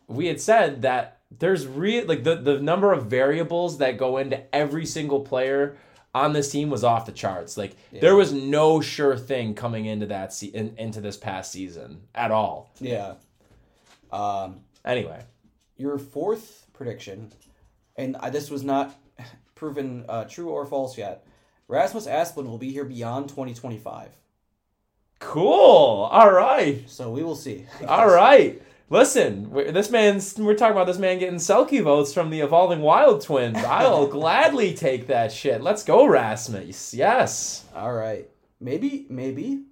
Speaker 1: we had said that there's real like the, the number of variables that go into every single player on this team was off the charts like there was no sure thing coming into that se- in, into this past season at all
Speaker 2: Yeah. Um,
Speaker 1: anyway
Speaker 2: your fourth prediction, and I- this was not proven uh, true or false yet. Rasmus Asplund will be here beyond 2025.
Speaker 1: cool all right
Speaker 2: So we will see.
Speaker 1: All right. Listen, we this man's we're talking about this man getting selkie votes from the evolving wild twins. I'll gladly take that shit. Let's go, Rasmus. Yes.
Speaker 2: All right. Maybe, maybe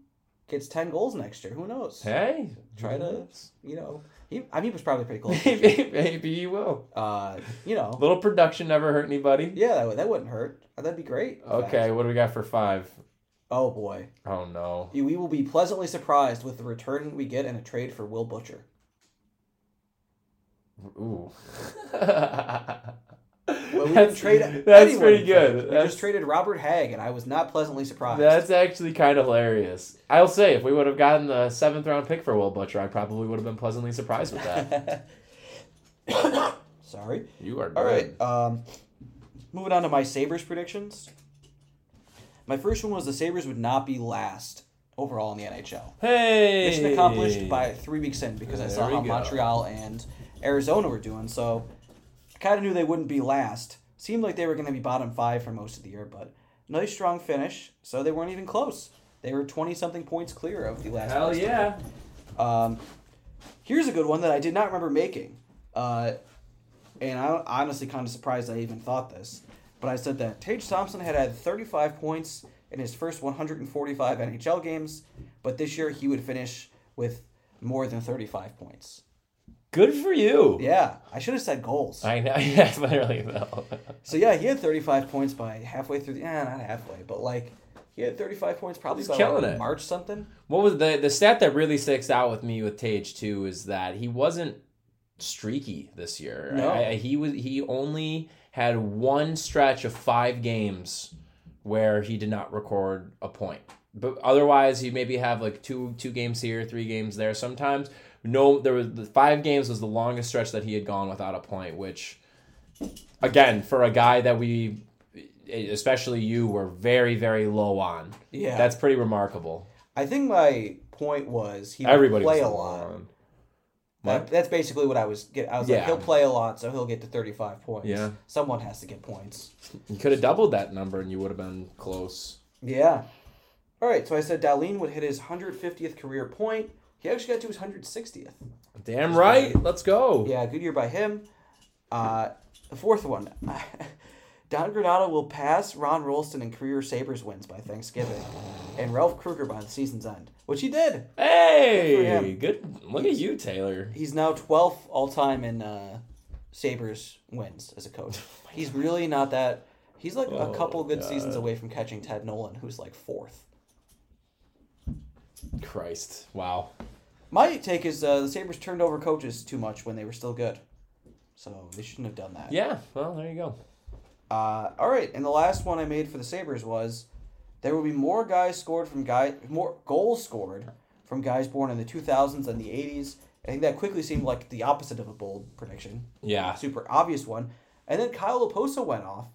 Speaker 2: gets 10 goals next year. Who knows?
Speaker 1: Hey,
Speaker 2: Try to, you know, he, I mean, he was probably pretty close.
Speaker 1: maybe maybe you will.
Speaker 2: uh, you
Speaker 1: A
Speaker 2: know,
Speaker 1: little production never hurt anybody.
Speaker 2: yeah, that, would- that wouldn't hurt. Uh, That'd be great. in fact.
Speaker 1: Okay, what do we got for five?
Speaker 2: Oh, boy.
Speaker 1: Oh no.
Speaker 2: We will be pleasantly surprised with the return we get in a trade for Will Butcher.
Speaker 1: Ooh.
Speaker 2: But we
Speaker 1: That's-
Speaker 2: didn't trade
Speaker 1: that's
Speaker 2: anyone
Speaker 1: pretty
Speaker 2: in
Speaker 1: good.
Speaker 2: trade. We
Speaker 1: That's-
Speaker 2: just traded Robert Hag, and I was not pleasantly surprised.
Speaker 1: That's actually kind of hilarious. I'll say, if we would have gotten the seventh round pick for Will Butcher, I probably would have been pleasantly surprised with that.
Speaker 2: Sorry.
Speaker 1: you are good.
Speaker 2: All right. Um, moving on to my Sabres predictions. My first one was the Sabres would not be last overall in the NHL.
Speaker 1: Hey,
Speaker 2: Mission accomplished by three weeks in because I saw
Speaker 1: There we
Speaker 2: how
Speaker 1: go.
Speaker 2: Montreal and Arizona were doing. So I kind of knew they wouldn't be last. Seemed like they were going to be bottom five for most of the year, but nice strong finish. So they weren't even close. They were 20 something points clear of the last
Speaker 1: Hell
Speaker 2: place team.
Speaker 1: yeah!
Speaker 2: Um, here's a good one that I did not remember making. Uh, and I'm honestly kind of surprised I even thought this. But I said that Tage Thompson had had 35 points in his first 145 NHL games, but this year he would finish with more than 35 points.
Speaker 1: Good for you.
Speaker 2: Yeah, I should have said goals.
Speaker 1: I know. Yeah, literally though.
Speaker 2: So yeah, he had 35 points by halfway through the. Eh, not halfway, but like he had 35 points probably by
Speaker 1: killing
Speaker 2: like
Speaker 1: it.
Speaker 2: March something.
Speaker 1: What was the the stat that really sticks out with me with Tage too is that he wasn't streaky this year.
Speaker 2: No.
Speaker 1: I- I- he was he only had one stretch of five games where he did not record a point. But otherwise, you maybe have like two two games here, three games there. Sometimes no, there was the five games was the longest stretch that he had gone without a point, which again for a guy that we especially you were very very low on
Speaker 2: Yeah.
Speaker 1: that's pretty remarkable
Speaker 2: I think my point was he would
Speaker 1: Everybody
Speaker 2: play
Speaker 1: was
Speaker 2: a lot.
Speaker 1: on.
Speaker 2: That, that's basically what I was get. I was
Speaker 1: Yeah.
Speaker 2: like, he'll play a lot, so he'll get to thirty five points.
Speaker 1: Yeah.
Speaker 2: Someone has to get points.
Speaker 1: You could have doubled that number and you would have been close.
Speaker 2: Yeah. All right, so I said Darlene would hit his hundred fiftieth career point. He actually got to his hundred sixtieth.
Speaker 1: Damn right. Let's go.
Speaker 2: Yeah, good year by him. Uh, the fourth one, Don Granado will pass Ron Rolston in career Sabres wins by Thanksgiving, and Ralph Kruger by the season's end, which he did.
Speaker 1: Hey,
Speaker 2: him.
Speaker 1: good. Look at you, Taylor.
Speaker 2: He's now 12th all time in uh, Sabres wins as a coach. He's really not that. He's like a couple good seasons away from catching Ted Nolan, who's like fourth.
Speaker 1: Christ. Wow.
Speaker 2: My take is uh, the Sabres turned over coaches too much when they were still good. So they shouldn't have done that.
Speaker 1: Yeah. Well, there you go.
Speaker 2: Uh, all right. And the last one I made for the Sabres was there will be more guys scored from guy more goals scored from guys born in the 2000s and the 80s. I think that quickly seemed like the opposite of a bold prediction.
Speaker 1: Yeah.
Speaker 2: super obvious one. And then Kyle Oposo went off,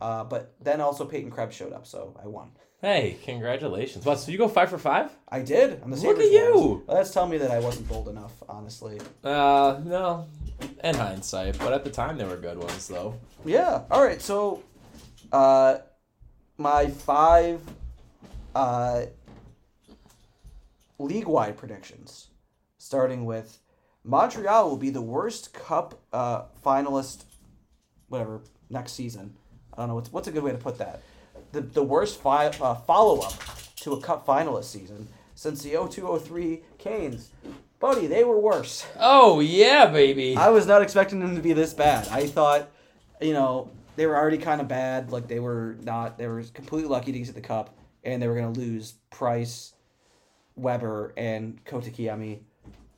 Speaker 2: uh, but then also Peyton Krebs showed up, so I won.
Speaker 1: Hey, congratulations. What? So you go five for five?
Speaker 2: I did. I'm the
Speaker 1: Look
Speaker 2: Sabres
Speaker 1: at you.
Speaker 2: won. Well, that's telling me that I wasn't bold enough, honestly.
Speaker 1: Uh, no. In hindsight, but at the time they were good ones though.
Speaker 2: Yeah. All right. So, uh, my five uh, league-wide predictions, starting with Montreal will be the worst Cup uh, finalist, whatever next season. I don't know what's what's a good way to put that. The the worst fi- uh, follow-up to a Cup finalist season since the 0203 Canes. Buddy, they were worse.
Speaker 1: Oh yeah, baby.
Speaker 2: I was not expecting them to be this bad. I thought, you know, they were already kind of bad. Like they were not. They were completely lucky to get to the cup, and they were going to lose Price, Weber, and Kota Kiemi,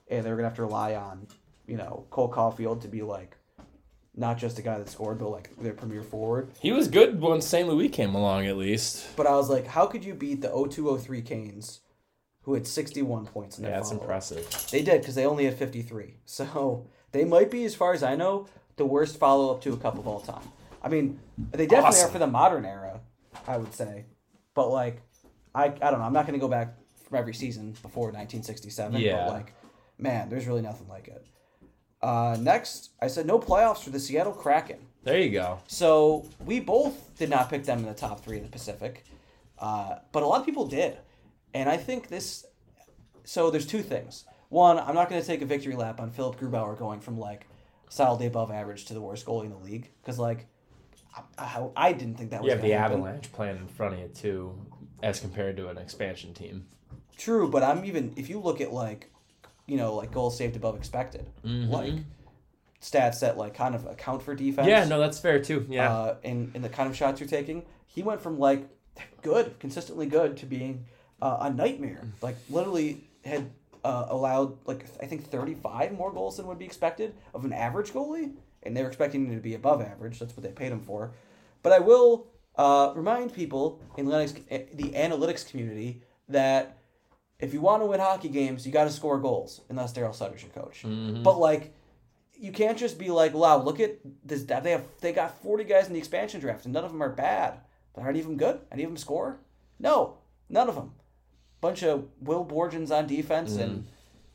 Speaker 2: and they were going to have to rely on, you know, Cole Caulfield to be like, not just a guy that scored, but like their premier forward.
Speaker 1: He was good once St. Louis came along, at least.
Speaker 2: But I was like, how could you beat the 0203 Canes, who had sixty one points in their
Speaker 1: Yeah, that's
Speaker 2: follow-up?
Speaker 1: impressive.
Speaker 2: They did because they only had 53. So they might be, as far as I know, the worst follow up to a cup of all time. I mean, they definitely
Speaker 1: Awesome.
Speaker 2: are for the modern era, I would say. But like, I I don't know. I'm not going to go back from every season before 1967.
Speaker 1: Yeah.
Speaker 2: But like, man, there's really nothing like it. Uh, next, I said no playoffs for the Seattle Kraken.
Speaker 1: There you go.
Speaker 2: So we both did not pick them in the top three in the Pacific, uh, but a lot of people did, and I think this. So there's two things. One, I'm not going to take a victory lap on Philip Grubauer going from like solidly above average to the worst goalie in the league because like I, I, I didn't think that was
Speaker 1: You have
Speaker 2: gonna
Speaker 1: the
Speaker 2: happen.
Speaker 1: Avalanche playing in front of you too, as compared to an expansion team.
Speaker 2: True, but I'm even if you look at like, you know, like goals saved above expected,
Speaker 1: Mm-hmm.
Speaker 2: like stats that like kind of account for defense.
Speaker 1: Yeah, no, that's fair too. Yeah.
Speaker 2: uh, in in the kind of shots you're taking. He went from like good, consistently good, to being uh, a nightmare. Like literally had uh, allowed like I think 35 more goals than would be expected of an average goalie, and they were expecting him to be above average. That's what they paid him for. But I will uh, remind people in Linux, eh, the analytics community that if you want to win hockey games, you got to score goals, unless Daryl Sutter's your coach. But like, you can't just be like, "Wow, look at this depth. They have they got forty guys in the expansion draft, and none of them are bad. But are any of them good? Any of them score? No, none of them. Bunch of Will Borgens on defense, and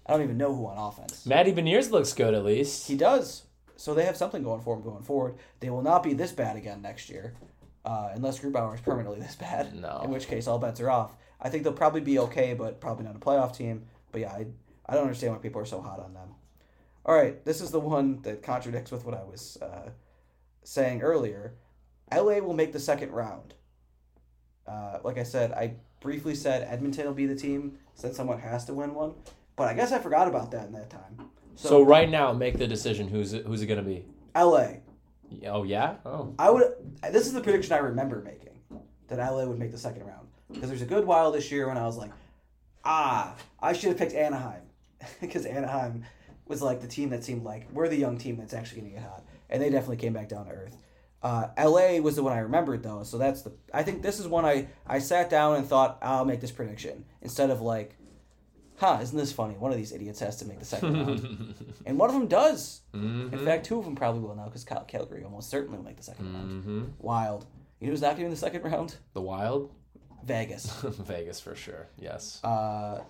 Speaker 2: I don't even know who on offense.
Speaker 1: Matty Beniers looks good at least.
Speaker 2: He does. So they have something going for him going forward. They will not be this bad again next year, uh, unless Grubauer is permanently this bad.
Speaker 1: No.
Speaker 2: In which case, all bets are off. I think they'll probably be okay, but probably not a playoff team. But yeah, I, I don't understand why people are so hot on them. All right, this is the one that contradicts with what I was uh, saying earlier. LA will make the second round. Uh, like I said, I briefly said Edmonton will be the team since someone has to win one, but I guess I forgot about that in that time.
Speaker 1: so, right now, make the decision. Who's it- who's it gonna be?
Speaker 2: LA,
Speaker 1: Oh yeah. Oh.
Speaker 2: I would. This is the prediction I remember making that LA would make the second round because there's a good while this year when I was like, ah, I should have picked Anaheim because Anaheim was like the team that seemed like we're the young team that's actually going to get hot, and they definitely came back down to earth. Uh, LA was the one I remembered though, so that's the. I think this is one I I sat down and thought I'll make this prediction instead of like, huh, isn't this funny? One of these idiots has to make the second round, and one of them does. In fact, two of them probably will now because Cal- Calgary almost certainly will make the 2nd round. Wild. You know who's not getting the second round?
Speaker 1: The Wild.
Speaker 2: Vegas.
Speaker 1: Vegas for sure. Yes.
Speaker 2: Uh,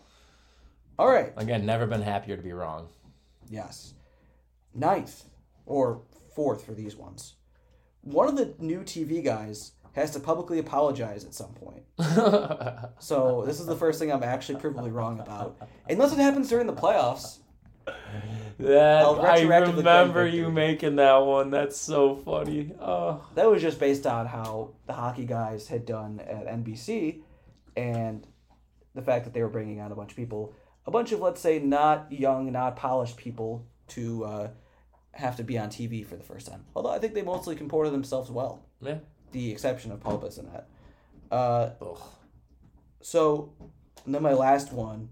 Speaker 2: all right.
Speaker 1: Again, never been happier to be wrong.
Speaker 2: Yes. Ninth or fourth for these ones. One of the new TV guys has to publicly apologize at some point. so this is the first thing I'm actually probably wrong about. Unless it happens during the playoffs.
Speaker 1: That
Speaker 2: I'll
Speaker 1: I
Speaker 2: retroactively
Speaker 1: remember
Speaker 2: claim
Speaker 1: you
Speaker 2: victory.
Speaker 1: making that one. That's so funny. Oh.
Speaker 2: That was just based on how the hockey guys had done at NBC and the fact that they were bringing on a bunch of people, a bunch of, let's say, not young, not polished people to uh, have to be on TV for the first time. Although I think they mostly comported themselves well,
Speaker 1: Yeah.
Speaker 2: the exception of Paul Bissonnette. Uh,
Speaker 1: Ugh.
Speaker 2: so, and then my last one,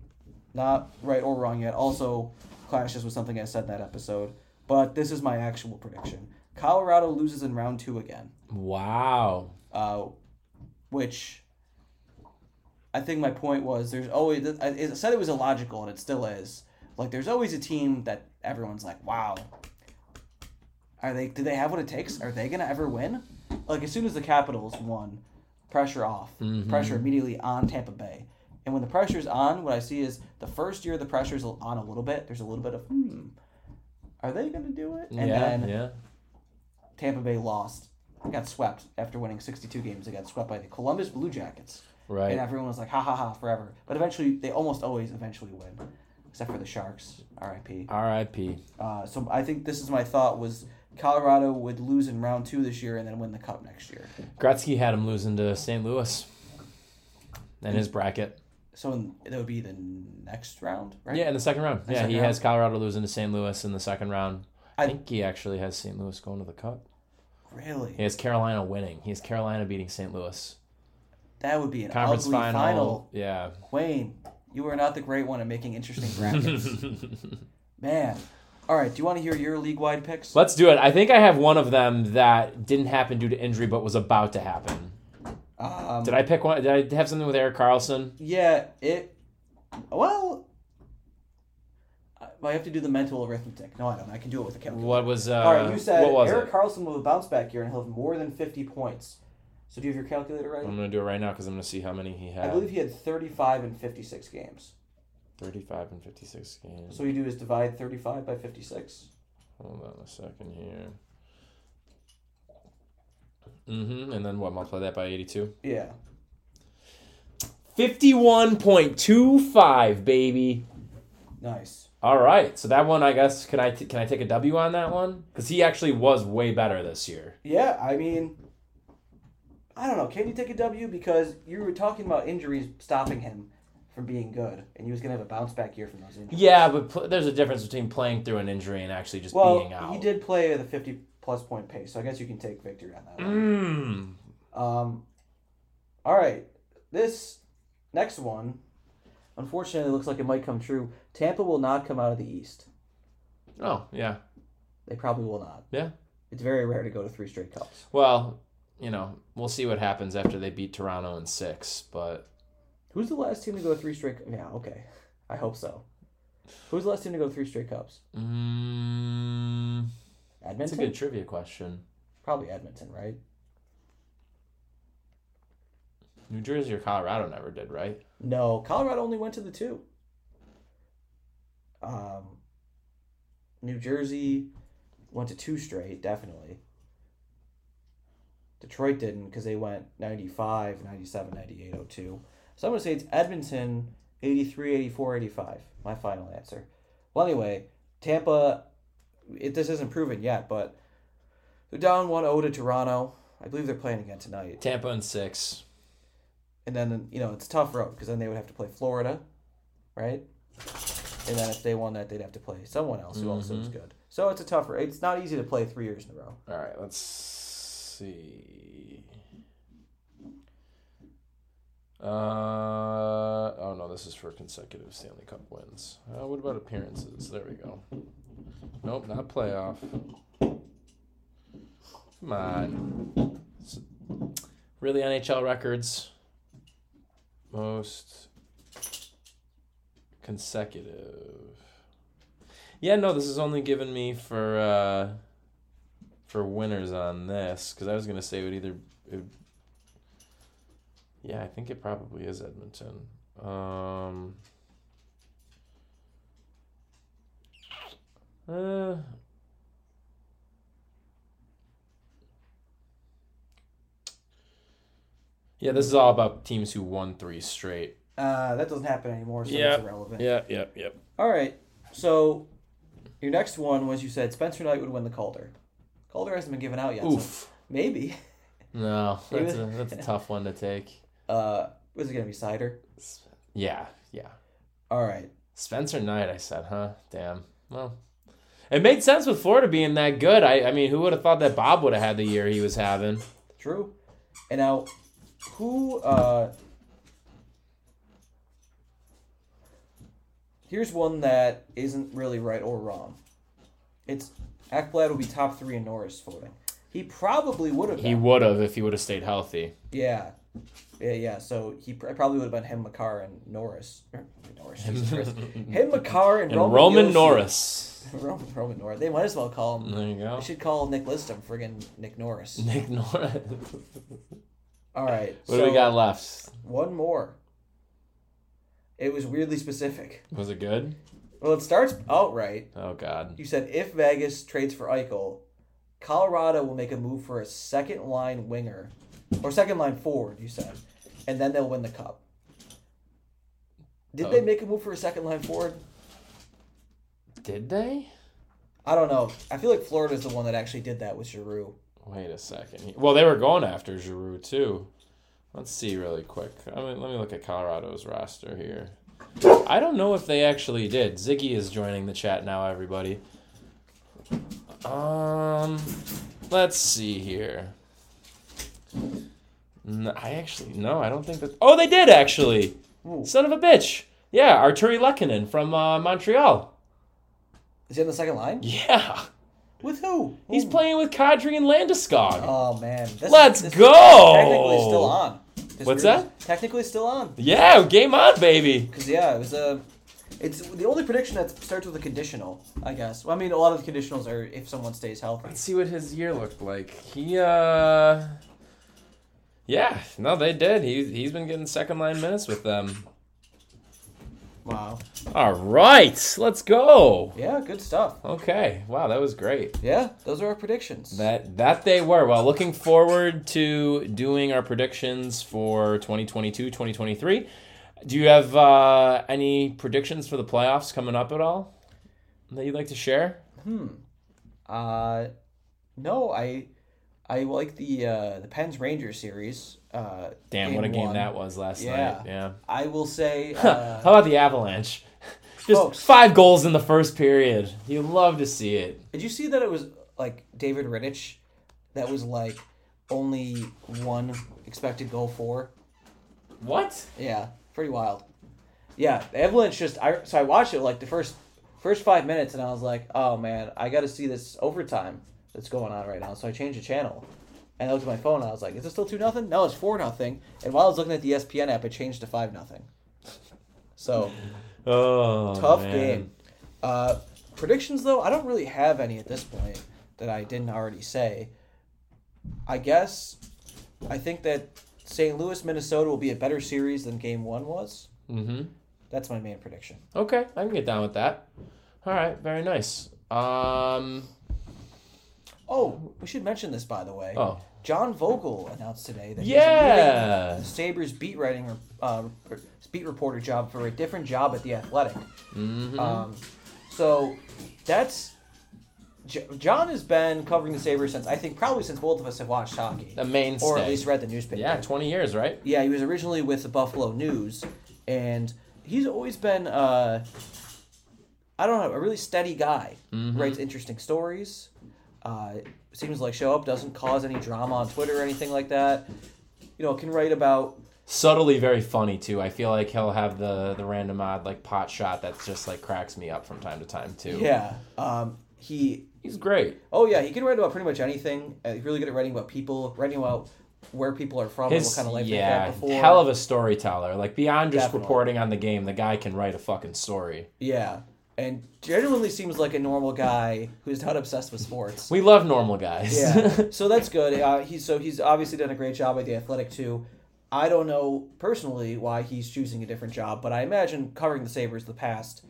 Speaker 2: not right or wrong yet, also clashes with something I said in that episode, but this is my actual prediction. Colorado loses in round two again
Speaker 1: Wow.
Speaker 2: uh, which I think my point was there's always I I said it was illogical and it still is. Like there's always a team that everyone's like, wow, are they? Do they have what it takes? Are they gonna ever win? Like as soon as the Capitals won, pressure off,
Speaker 1: Mm-hmm.
Speaker 2: pressure immediately on Tampa Bay. And when the pressure's on, what I see is the first year the pressure's on a little bit. There's a little bit of hmm, are they gonna do it? And
Speaker 1: yeah.
Speaker 2: then
Speaker 1: yeah.
Speaker 2: Tampa Bay lost, got swept after winning 62 games. They got swept by the Columbus Blue Jackets.
Speaker 1: Right.
Speaker 2: And everyone was like, ha ha ha, forever. But eventually, they almost always eventually win, except for the Sharks, RIP.
Speaker 1: R.I.P.
Speaker 2: Uh, so I think this is my thought was Colorado would lose in round two this year and then win the cup next year.
Speaker 1: Gretzky had him losing to St. Louis in his bracket.
Speaker 2: So in, that would be the next round, right?
Speaker 1: Yeah, in the second round. yeah,
Speaker 2: second
Speaker 1: he
Speaker 2: round.
Speaker 1: has Colorado losing to St. Louis in the second round. I,
Speaker 2: I-
Speaker 1: think he actually has St. Louis going to the cup.
Speaker 2: Really?
Speaker 1: He has Carolina winning. He has Carolina beating St. Louis.
Speaker 2: That would be an
Speaker 1: Conference
Speaker 2: ugly
Speaker 1: final.
Speaker 2: final.
Speaker 1: Yeah.
Speaker 2: Wayne, you are not the great one at making interesting brackets. Man. All right, do you want to hear your league wide picks?
Speaker 1: Let's do it. I think I have one of them that didn't happen due to injury but was about to happen.
Speaker 2: Um,
Speaker 1: Did I pick one? Did I have something with Eric Carlson?
Speaker 2: Yeah, it. Well, I I have to do the mental arithmetic. No, I don't. I can do it with a calculator.
Speaker 1: What was uh,
Speaker 2: All right, you said
Speaker 1: what was
Speaker 2: Eric
Speaker 1: it?
Speaker 2: Carlson will bounce back here and he'll have more than fifty points. So do you have your calculator right?
Speaker 1: I'm gonna do it right now because I'm gonna see how many he had.
Speaker 2: I believe he had thirty-five and fifty-six games.
Speaker 1: 35 and 56 games.
Speaker 2: So what you do is divide thirty-five by fifty-six.
Speaker 1: Hold on a second here. Mm-hmm. And then what? Multiply that by 82.
Speaker 2: Yeah.
Speaker 1: 51.25, baby.
Speaker 2: Nice.
Speaker 1: All right. So that one, I guess, can I t- can I take a W on that one? Because he actually was way better this year.
Speaker 2: Yeah, I mean, I don't know. Can you take a W because you were talking about injuries stopping him from being good, and he was gonna have a bounce back year from those injuries.
Speaker 1: Yeah, but pl- there's a difference between playing through an injury and actually just
Speaker 2: Well,
Speaker 1: being out.
Speaker 2: he did play at a 50 plus point pace, so I guess you can take victory on that one.
Speaker 1: Mm.
Speaker 2: Um, all right. This next one, Unfortunately, it looks like it might come true. Tampa will not come out of the East.
Speaker 1: Oh, yeah.
Speaker 2: They probably will not.
Speaker 1: Yeah.
Speaker 2: It's very rare to go to three straight cups.
Speaker 1: Well, you know, we'll see what happens after they beat Toronto in six, but
Speaker 2: Who's the last team to go three straight? Yeah, okay. I hope so. Who's the last team to go three straight cups?
Speaker 1: mm, that's a
Speaker 2: Edmonton.
Speaker 1: good trivia question.
Speaker 2: Probably Edmonton, right?
Speaker 1: New Jersey or Colorado never did, right?
Speaker 2: No, Colorado only went to the two. Um, New Jersey went to two straight, definitely. Detroit didn't because they went 95, 97, 98, 02. So I'm going to say it's Edmonton 83, 84, 85. My final answer. Well, anyway, Tampa, it, this isn't proven yet, but they're down 1 0 to Toronto. I believe they're playing again tonight.
Speaker 1: Tampa in six.
Speaker 2: And then you know it's a tough road because then they would have to play Florida, right? And then if they won that, they'd have to play someone else who also
Speaker 1: Mm-hmm.
Speaker 2: is good. So it's a tough road. It's not easy to play three years in a row.
Speaker 1: All right, let's see. Uh oh no, this is for consecutive Stanley Cup wins. Uh, what about appearances? There we go. Nope, not playoff. Come on. S- Really NHL records. Most consecutive. Yeah, no, this is only given me for uh for winners on this because I was gonna say it would either. It would, yeah, I think it probably is Edmonton. Um, uh, yeah, this is all about teams who won three straight.
Speaker 2: Uh, that doesn't happen anymore, so
Speaker 1: Yeah.
Speaker 2: it's irrelevant.
Speaker 1: Yeah, yep, yep.
Speaker 2: All right. So your next one was you said Spencer Knight would win the Calder. Calder hasn't been given out yet. so
Speaker 1: Oof.
Speaker 2: maybe.
Speaker 1: No, that's a, that's a tough one to take.
Speaker 2: Uh, was it gonna be cider?
Speaker 1: Yeah, yeah.
Speaker 2: All right.
Speaker 1: Spencer Knight, I said, huh? Damn. Well, it made sense with Florida being that good. I, I mean, who would have thought that Bob would have had the year he was having?
Speaker 2: True. And now, who? Uh, here's one that isn't really right or wrong. It's Ekblad will be top three in Norris voting. He probably would have.
Speaker 1: He
Speaker 2: been.
Speaker 1: would have if he would have stayed healthy.
Speaker 2: yeah, yeah, yeah. So he pr- probably would have been him, Makar, and Norris. Or, Norris, Jesus Christ. him, Makar, and,
Speaker 1: And
Speaker 2: Roman,
Speaker 1: Roman
Speaker 2: Yossi.
Speaker 1: Norris. Mm-hmm.
Speaker 2: Roman, Roman Norris. They might as well call him.
Speaker 1: There you go.
Speaker 2: They should call Nick Listom friggin' Nick Norris.
Speaker 1: Nick Norris.
Speaker 2: All right.
Speaker 1: Mm-hmm. what
Speaker 2: so-
Speaker 1: do we got left?
Speaker 2: One more. It was weirdly specific.
Speaker 1: Was it good?
Speaker 2: Well, it starts outright.
Speaker 1: Oh, God.
Speaker 2: You said if Vegas trades for Eichel, Colorado will make a move for a second line winger or second line forward, you said, and then they'll win the cup. Did they
Speaker 1: Oh.
Speaker 2: make a move for a second line forward?
Speaker 1: Did they?
Speaker 2: I don't know. I feel like Florida's the one that actually did that with Giroux.
Speaker 1: Wait a second. Well, they were going after Giroux, too. Let's see really quick. I mean, let me look at Colorado's roster here. I don't know if they actually did. Ziggy is joining the chat now, everybody. Um, let's see here. No, I actually no, I don't think that. Oh, they did actually. Son of a bitch. Yeah, Arturi Lekkinen from uh, Montreal.
Speaker 2: Is he on the second line?
Speaker 1: Yeah,
Speaker 2: With who?
Speaker 1: he's
Speaker 2: Who?
Speaker 1: playing with Kadri and Landeskog.
Speaker 2: Oh man. This,
Speaker 1: Let's
Speaker 2: this
Speaker 1: go!
Speaker 2: Technically still on. This
Speaker 1: What's
Speaker 2: weird-
Speaker 1: that?
Speaker 2: Technically still on.
Speaker 1: Yeah, game on, baby.
Speaker 2: Because yeah, it was a. It's the only prediction that starts with a conditional, I guess. Well, I mean, a lot of the conditionals are if someone stays healthy.
Speaker 1: Let's see what his year looked like. He, uh, yeah, no, they did. He he's been getting second line minutes with them.
Speaker 2: Wow.
Speaker 1: All right, let's go.
Speaker 2: Yeah, good stuff.
Speaker 1: Okay, wow, that was great.
Speaker 2: Yeah, those are our predictions.
Speaker 1: That that they were. Well, looking forward to doing our predictions for 2022, 2023. Do you have uh, any predictions for the playoffs coming up at all that you'd like to share?
Speaker 2: Uh, no, I, I like the uh, the Pens Rangers series. Uh,
Speaker 1: Damn, what a game
Speaker 2: one.
Speaker 1: that was last
Speaker 2: Yeah.
Speaker 1: night. Yeah.
Speaker 2: I will say. Uh,
Speaker 1: How about the Avalanche? Just
Speaker 2: Folks.
Speaker 1: five goals in the first period. You love to see it.
Speaker 2: did you see that it was like David Riddich, that was like only one expected goal for.
Speaker 1: What?
Speaker 2: Yeah, pretty wild. Yeah, the Avalanche just I so I watched it like the first first five minutes and I was like, oh man, I got to see this overtime that's going on right now. So I changed the channel. And I looked at my phone and I was like, is it still two nothing? No, it's four nothing. And while I was looking at the E ESPN app, it changed to five nothing. So
Speaker 1: Oh,
Speaker 2: tough
Speaker 1: man.
Speaker 2: game. Uh, predictions though, I don't really have any at this point that I didn't already say. I guess I think that St. Louis Minnesota will be a better series than Game One was. Mm-hmm. That's my main prediction.
Speaker 1: Okay, I can get down with that. All right, very nice. Um,
Speaker 2: Oh, we should mention this by the way.
Speaker 1: Oh.
Speaker 2: John Vogel announced today that
Speaker 1: Yeah.
Speaker 2: he's leaving the Sabres beat writing uh, beat reporter job for a different job at the Athletic.
Speaker 1: Mm-hmm.
Speaker 2: Um, so that's J- John has been covering the Sabres since I think probably since both of us have watched hockey,
Speaker 1: The mainstay.
Speaker 2: or at least read the newspaper.
Speaker 1: yeah, 20 years, right?
Speaker 2: Yeah, he was originally with the Buffalo News, and he's always been, uh, I don't know, a really steady guy.
Speaker 1: Mm-hmm.
Speaker 2: Writes interesting stories. Uh, seems like show up doesn't cause any drama on Twitter or anything like that. You know, can write about
Speaker 1: Subtly very funny, too. I feel like he'll have the, the random odd, like, pot shot that just, like, cracks me up from time to time, too.
Speaker 2: yeah. Um, he
Speaker 1: He's great.
Speaker 2: oh yeah he can write about pretty much anything. Uh, he's really good at writing about people, writing about where people are from, and
Speaker 1: His,
Speaker 2: what kind of life
Speaker 1: yeah,
Speaker 2: they've had before.
Speaker 1: hell of a storyteller. Like, beyond just
Speaker 2: Definitely.
Speaker 1: reporting on the game, the guy can write a fucking story.
Speaker 2: yeah. And genuinely seems like a normal guy who's not obsessed with sports.
Speaker 1: We love normal guys.
Speaker 2: yeah. So that's good. Uh, he's so he's obviously done a great job at the Athletic too. I don't know personally why he's choosing a different job, but I imagine covering the Sabres the past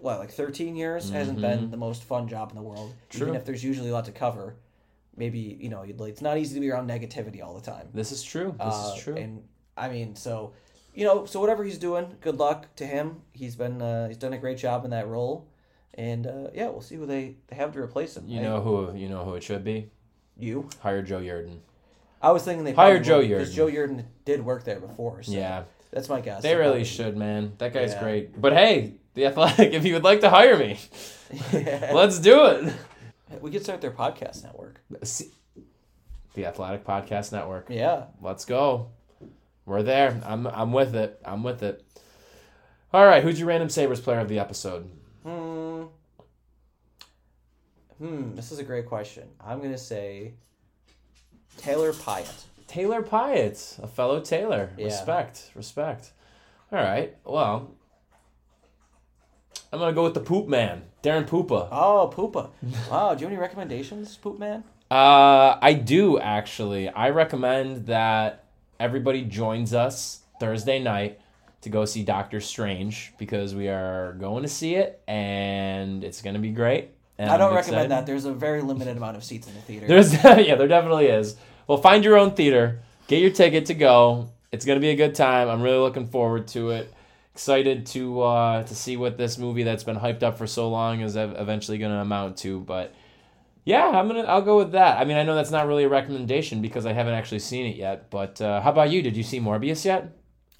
Speaker 2: what like 13 years hasn't
Speaker 1: Mm-hmm.
Speaker 2: been the most fun job in the world. Even if there's usually a lot to cover, maybe you know you'd like it's not easy to be around negativity all the time.
Speaker 1: this is true. This
Speaker 2: Uh,
Speaker 1: is true.
Speaker 2: And I mean, so you know, so whatever he's doing, good luck to him. He's been uh, he's done a great job in that role, and uh, yeah, we'll see who they, they have to replace him.
Speaker 1: you
Speaker 2: right?
Speaker 1: know who you know who it should be?
Speaker 2: you.
Speaker 1: Hire Joe Yurden.
Speaker 2: I was thinking they
Speaker 1: Hire
Speaker 2: probably
Speaker 1: Joe
Speaker 2: would,
Speaker 1: Yurden.
Speaker 2: Joe Yurden did work there before. So
Speaker 1: Yeah.
Speaker 2: that's my guess.
Speaker 1: They really should, man. That guy's
Speaker 2: Yeah.
Speaker 1: great. But hey, the athletic, if you would like to hire me, let's do it.
Speaker 2: we could start their podcast network.
Speaker 1: The Athletic Podcast Network.
Speaker 2: Yeah,
Speaker 1: Let's go. We're there. I'm I'm with it. I'm with it. All right, who's your random Sabres player of the episode?
Speaker 2: hmm, this is a great question. I'm gonna say Taylor Pyatt.
Speaker 1: Taylor Pyatt, a fellow Taylor. Respect. Respect. All right. Well, I'm going to go with the poop man, Darren Poopa.
Speaker 2: Oh, Poopa. Wow, do you have any recommendations, Poop Man?
Speaker 1: Uh, I do actually. I recommend that everybody joins us Thursday night to go see Doctor Strange because we are going to see it and it's gonna be great. And
Speaker 2: I don't
Speaker 1: I'm
Speaker 2: recommend
Speaker 1: excited.
Speaker 2: that. There's a very limited amount of seats in the theater.
Speaker 1: There's yeah, there definitely is. Well, find your own theater, get your ticket to go. It's gonna be a good time. I'm really looking forward to it. Excited to uh, to see what this movie that's been hyped up for so long is ev- eventually gonna amount to. But yeah, I'm gonna I'll go with that. I mean, I know that's not really a recommendation because I haven't actually seen it yet. But uh, how about you? Did you see Morbius yet?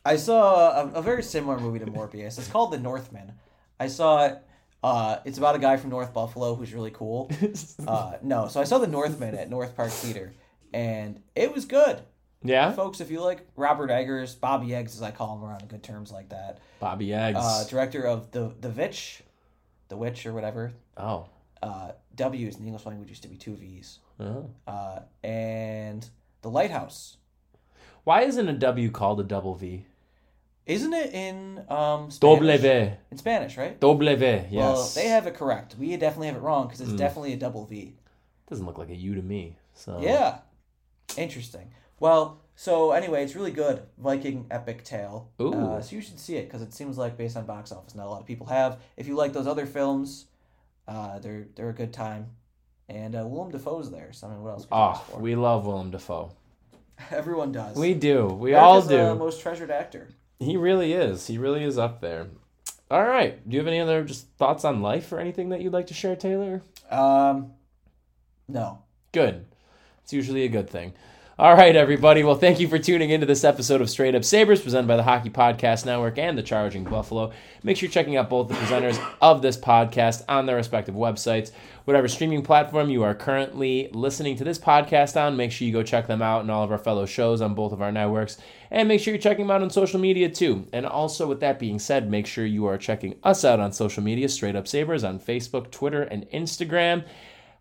Speaker 2: I saw a, a very similar movie to Morbius. It's called The Northman. I saw it. Uh, it's about a guy from North Buffalo who's really cool. Uh, no, so I saw The Northman at North Park Theater, and it was good.
Speaker 1: Yeah,
Speaker 2: folks, if you like Robert Eggers, Bobby Eggs, as I call him, we're on good terms like that.
Speaker 1: Bobby Eggs.
Speaker 2: Uh, director of the the Witch, the Witch or whatever.
Speaker 1: oh,
Speaker 2: Uh, W's in the English language used to be two V's.
Speaker 1: Oh.
Speaker 2: Uh, and the Lighthouse,
Speaker 1: why isn't a W called a double V?
Speaker 2: isn't it in um Spanish?
Speaker 1: Doble V.
Speaker 2: in Spanish, right?
Speaker 1: Doble V. Yes. Mm.
Speaker 2: Well, they have it correct. We definitely have it wrong because it's definitely a double V.
Speaker 1: Doesn't look like a U to me. So
Speaker 2: Yeah, interesting. Well, so anyway, it's really good Viking epic tale.
Speaker 1: Ooh.
Speaker 2: Uh, so you should see it because it seems like based on box office, not a lot of people have. If you like those other films, uh, they're they're a good time. And uh, Willem Dafoe's there. So I mean, what else? Could you
Speaker 1: Oh,
Speaker 2: ask for?
Speaker 1: we love Willem Dafoe.
Speaker 2: everyone does.
Speaker 1: We do. We all
Speaker 2: America's,
Speaker 1: do.
Speaker 2: uh, most treasured actor.
Speaker 1: he really is. He really is up there. All right. Do you have any other just thoughts on life or anything that you'd like to share, Taylor?
Speaker 2: Um, no,
Speaker 1: Good. It's usually a good thing. All right, everybody. Well, thank you for tuning into this episode of Straight Up Sabres presented by the Hockey Podcast Network and the Charging Buffalo. Make sure you're checking out both the presenters of this podcast on their respective websites. Whatever streaming platform you are currently listening to this podcast on, make sure you go check them out and all of our fellow shows on both of our networks. And make sure you're checking them out on social media too. And also, with that being said, make sure you are checking us out on social media, Straight Up Sabres on Facebook, Twitter, and Instagram.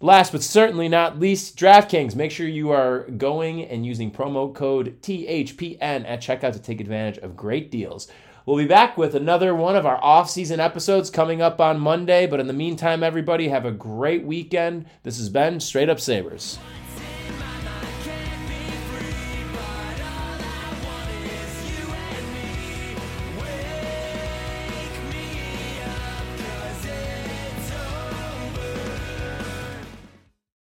Speaker 1: Last but certainly not least, DraftKings. Make sure you are going and using promo code THPN at checkout to take advantage of great deals. We'll be back with another one of our off-season episodes coming up on Monday, but in the meantime, everybody have a great weekend. This has been Straight Up Sabres.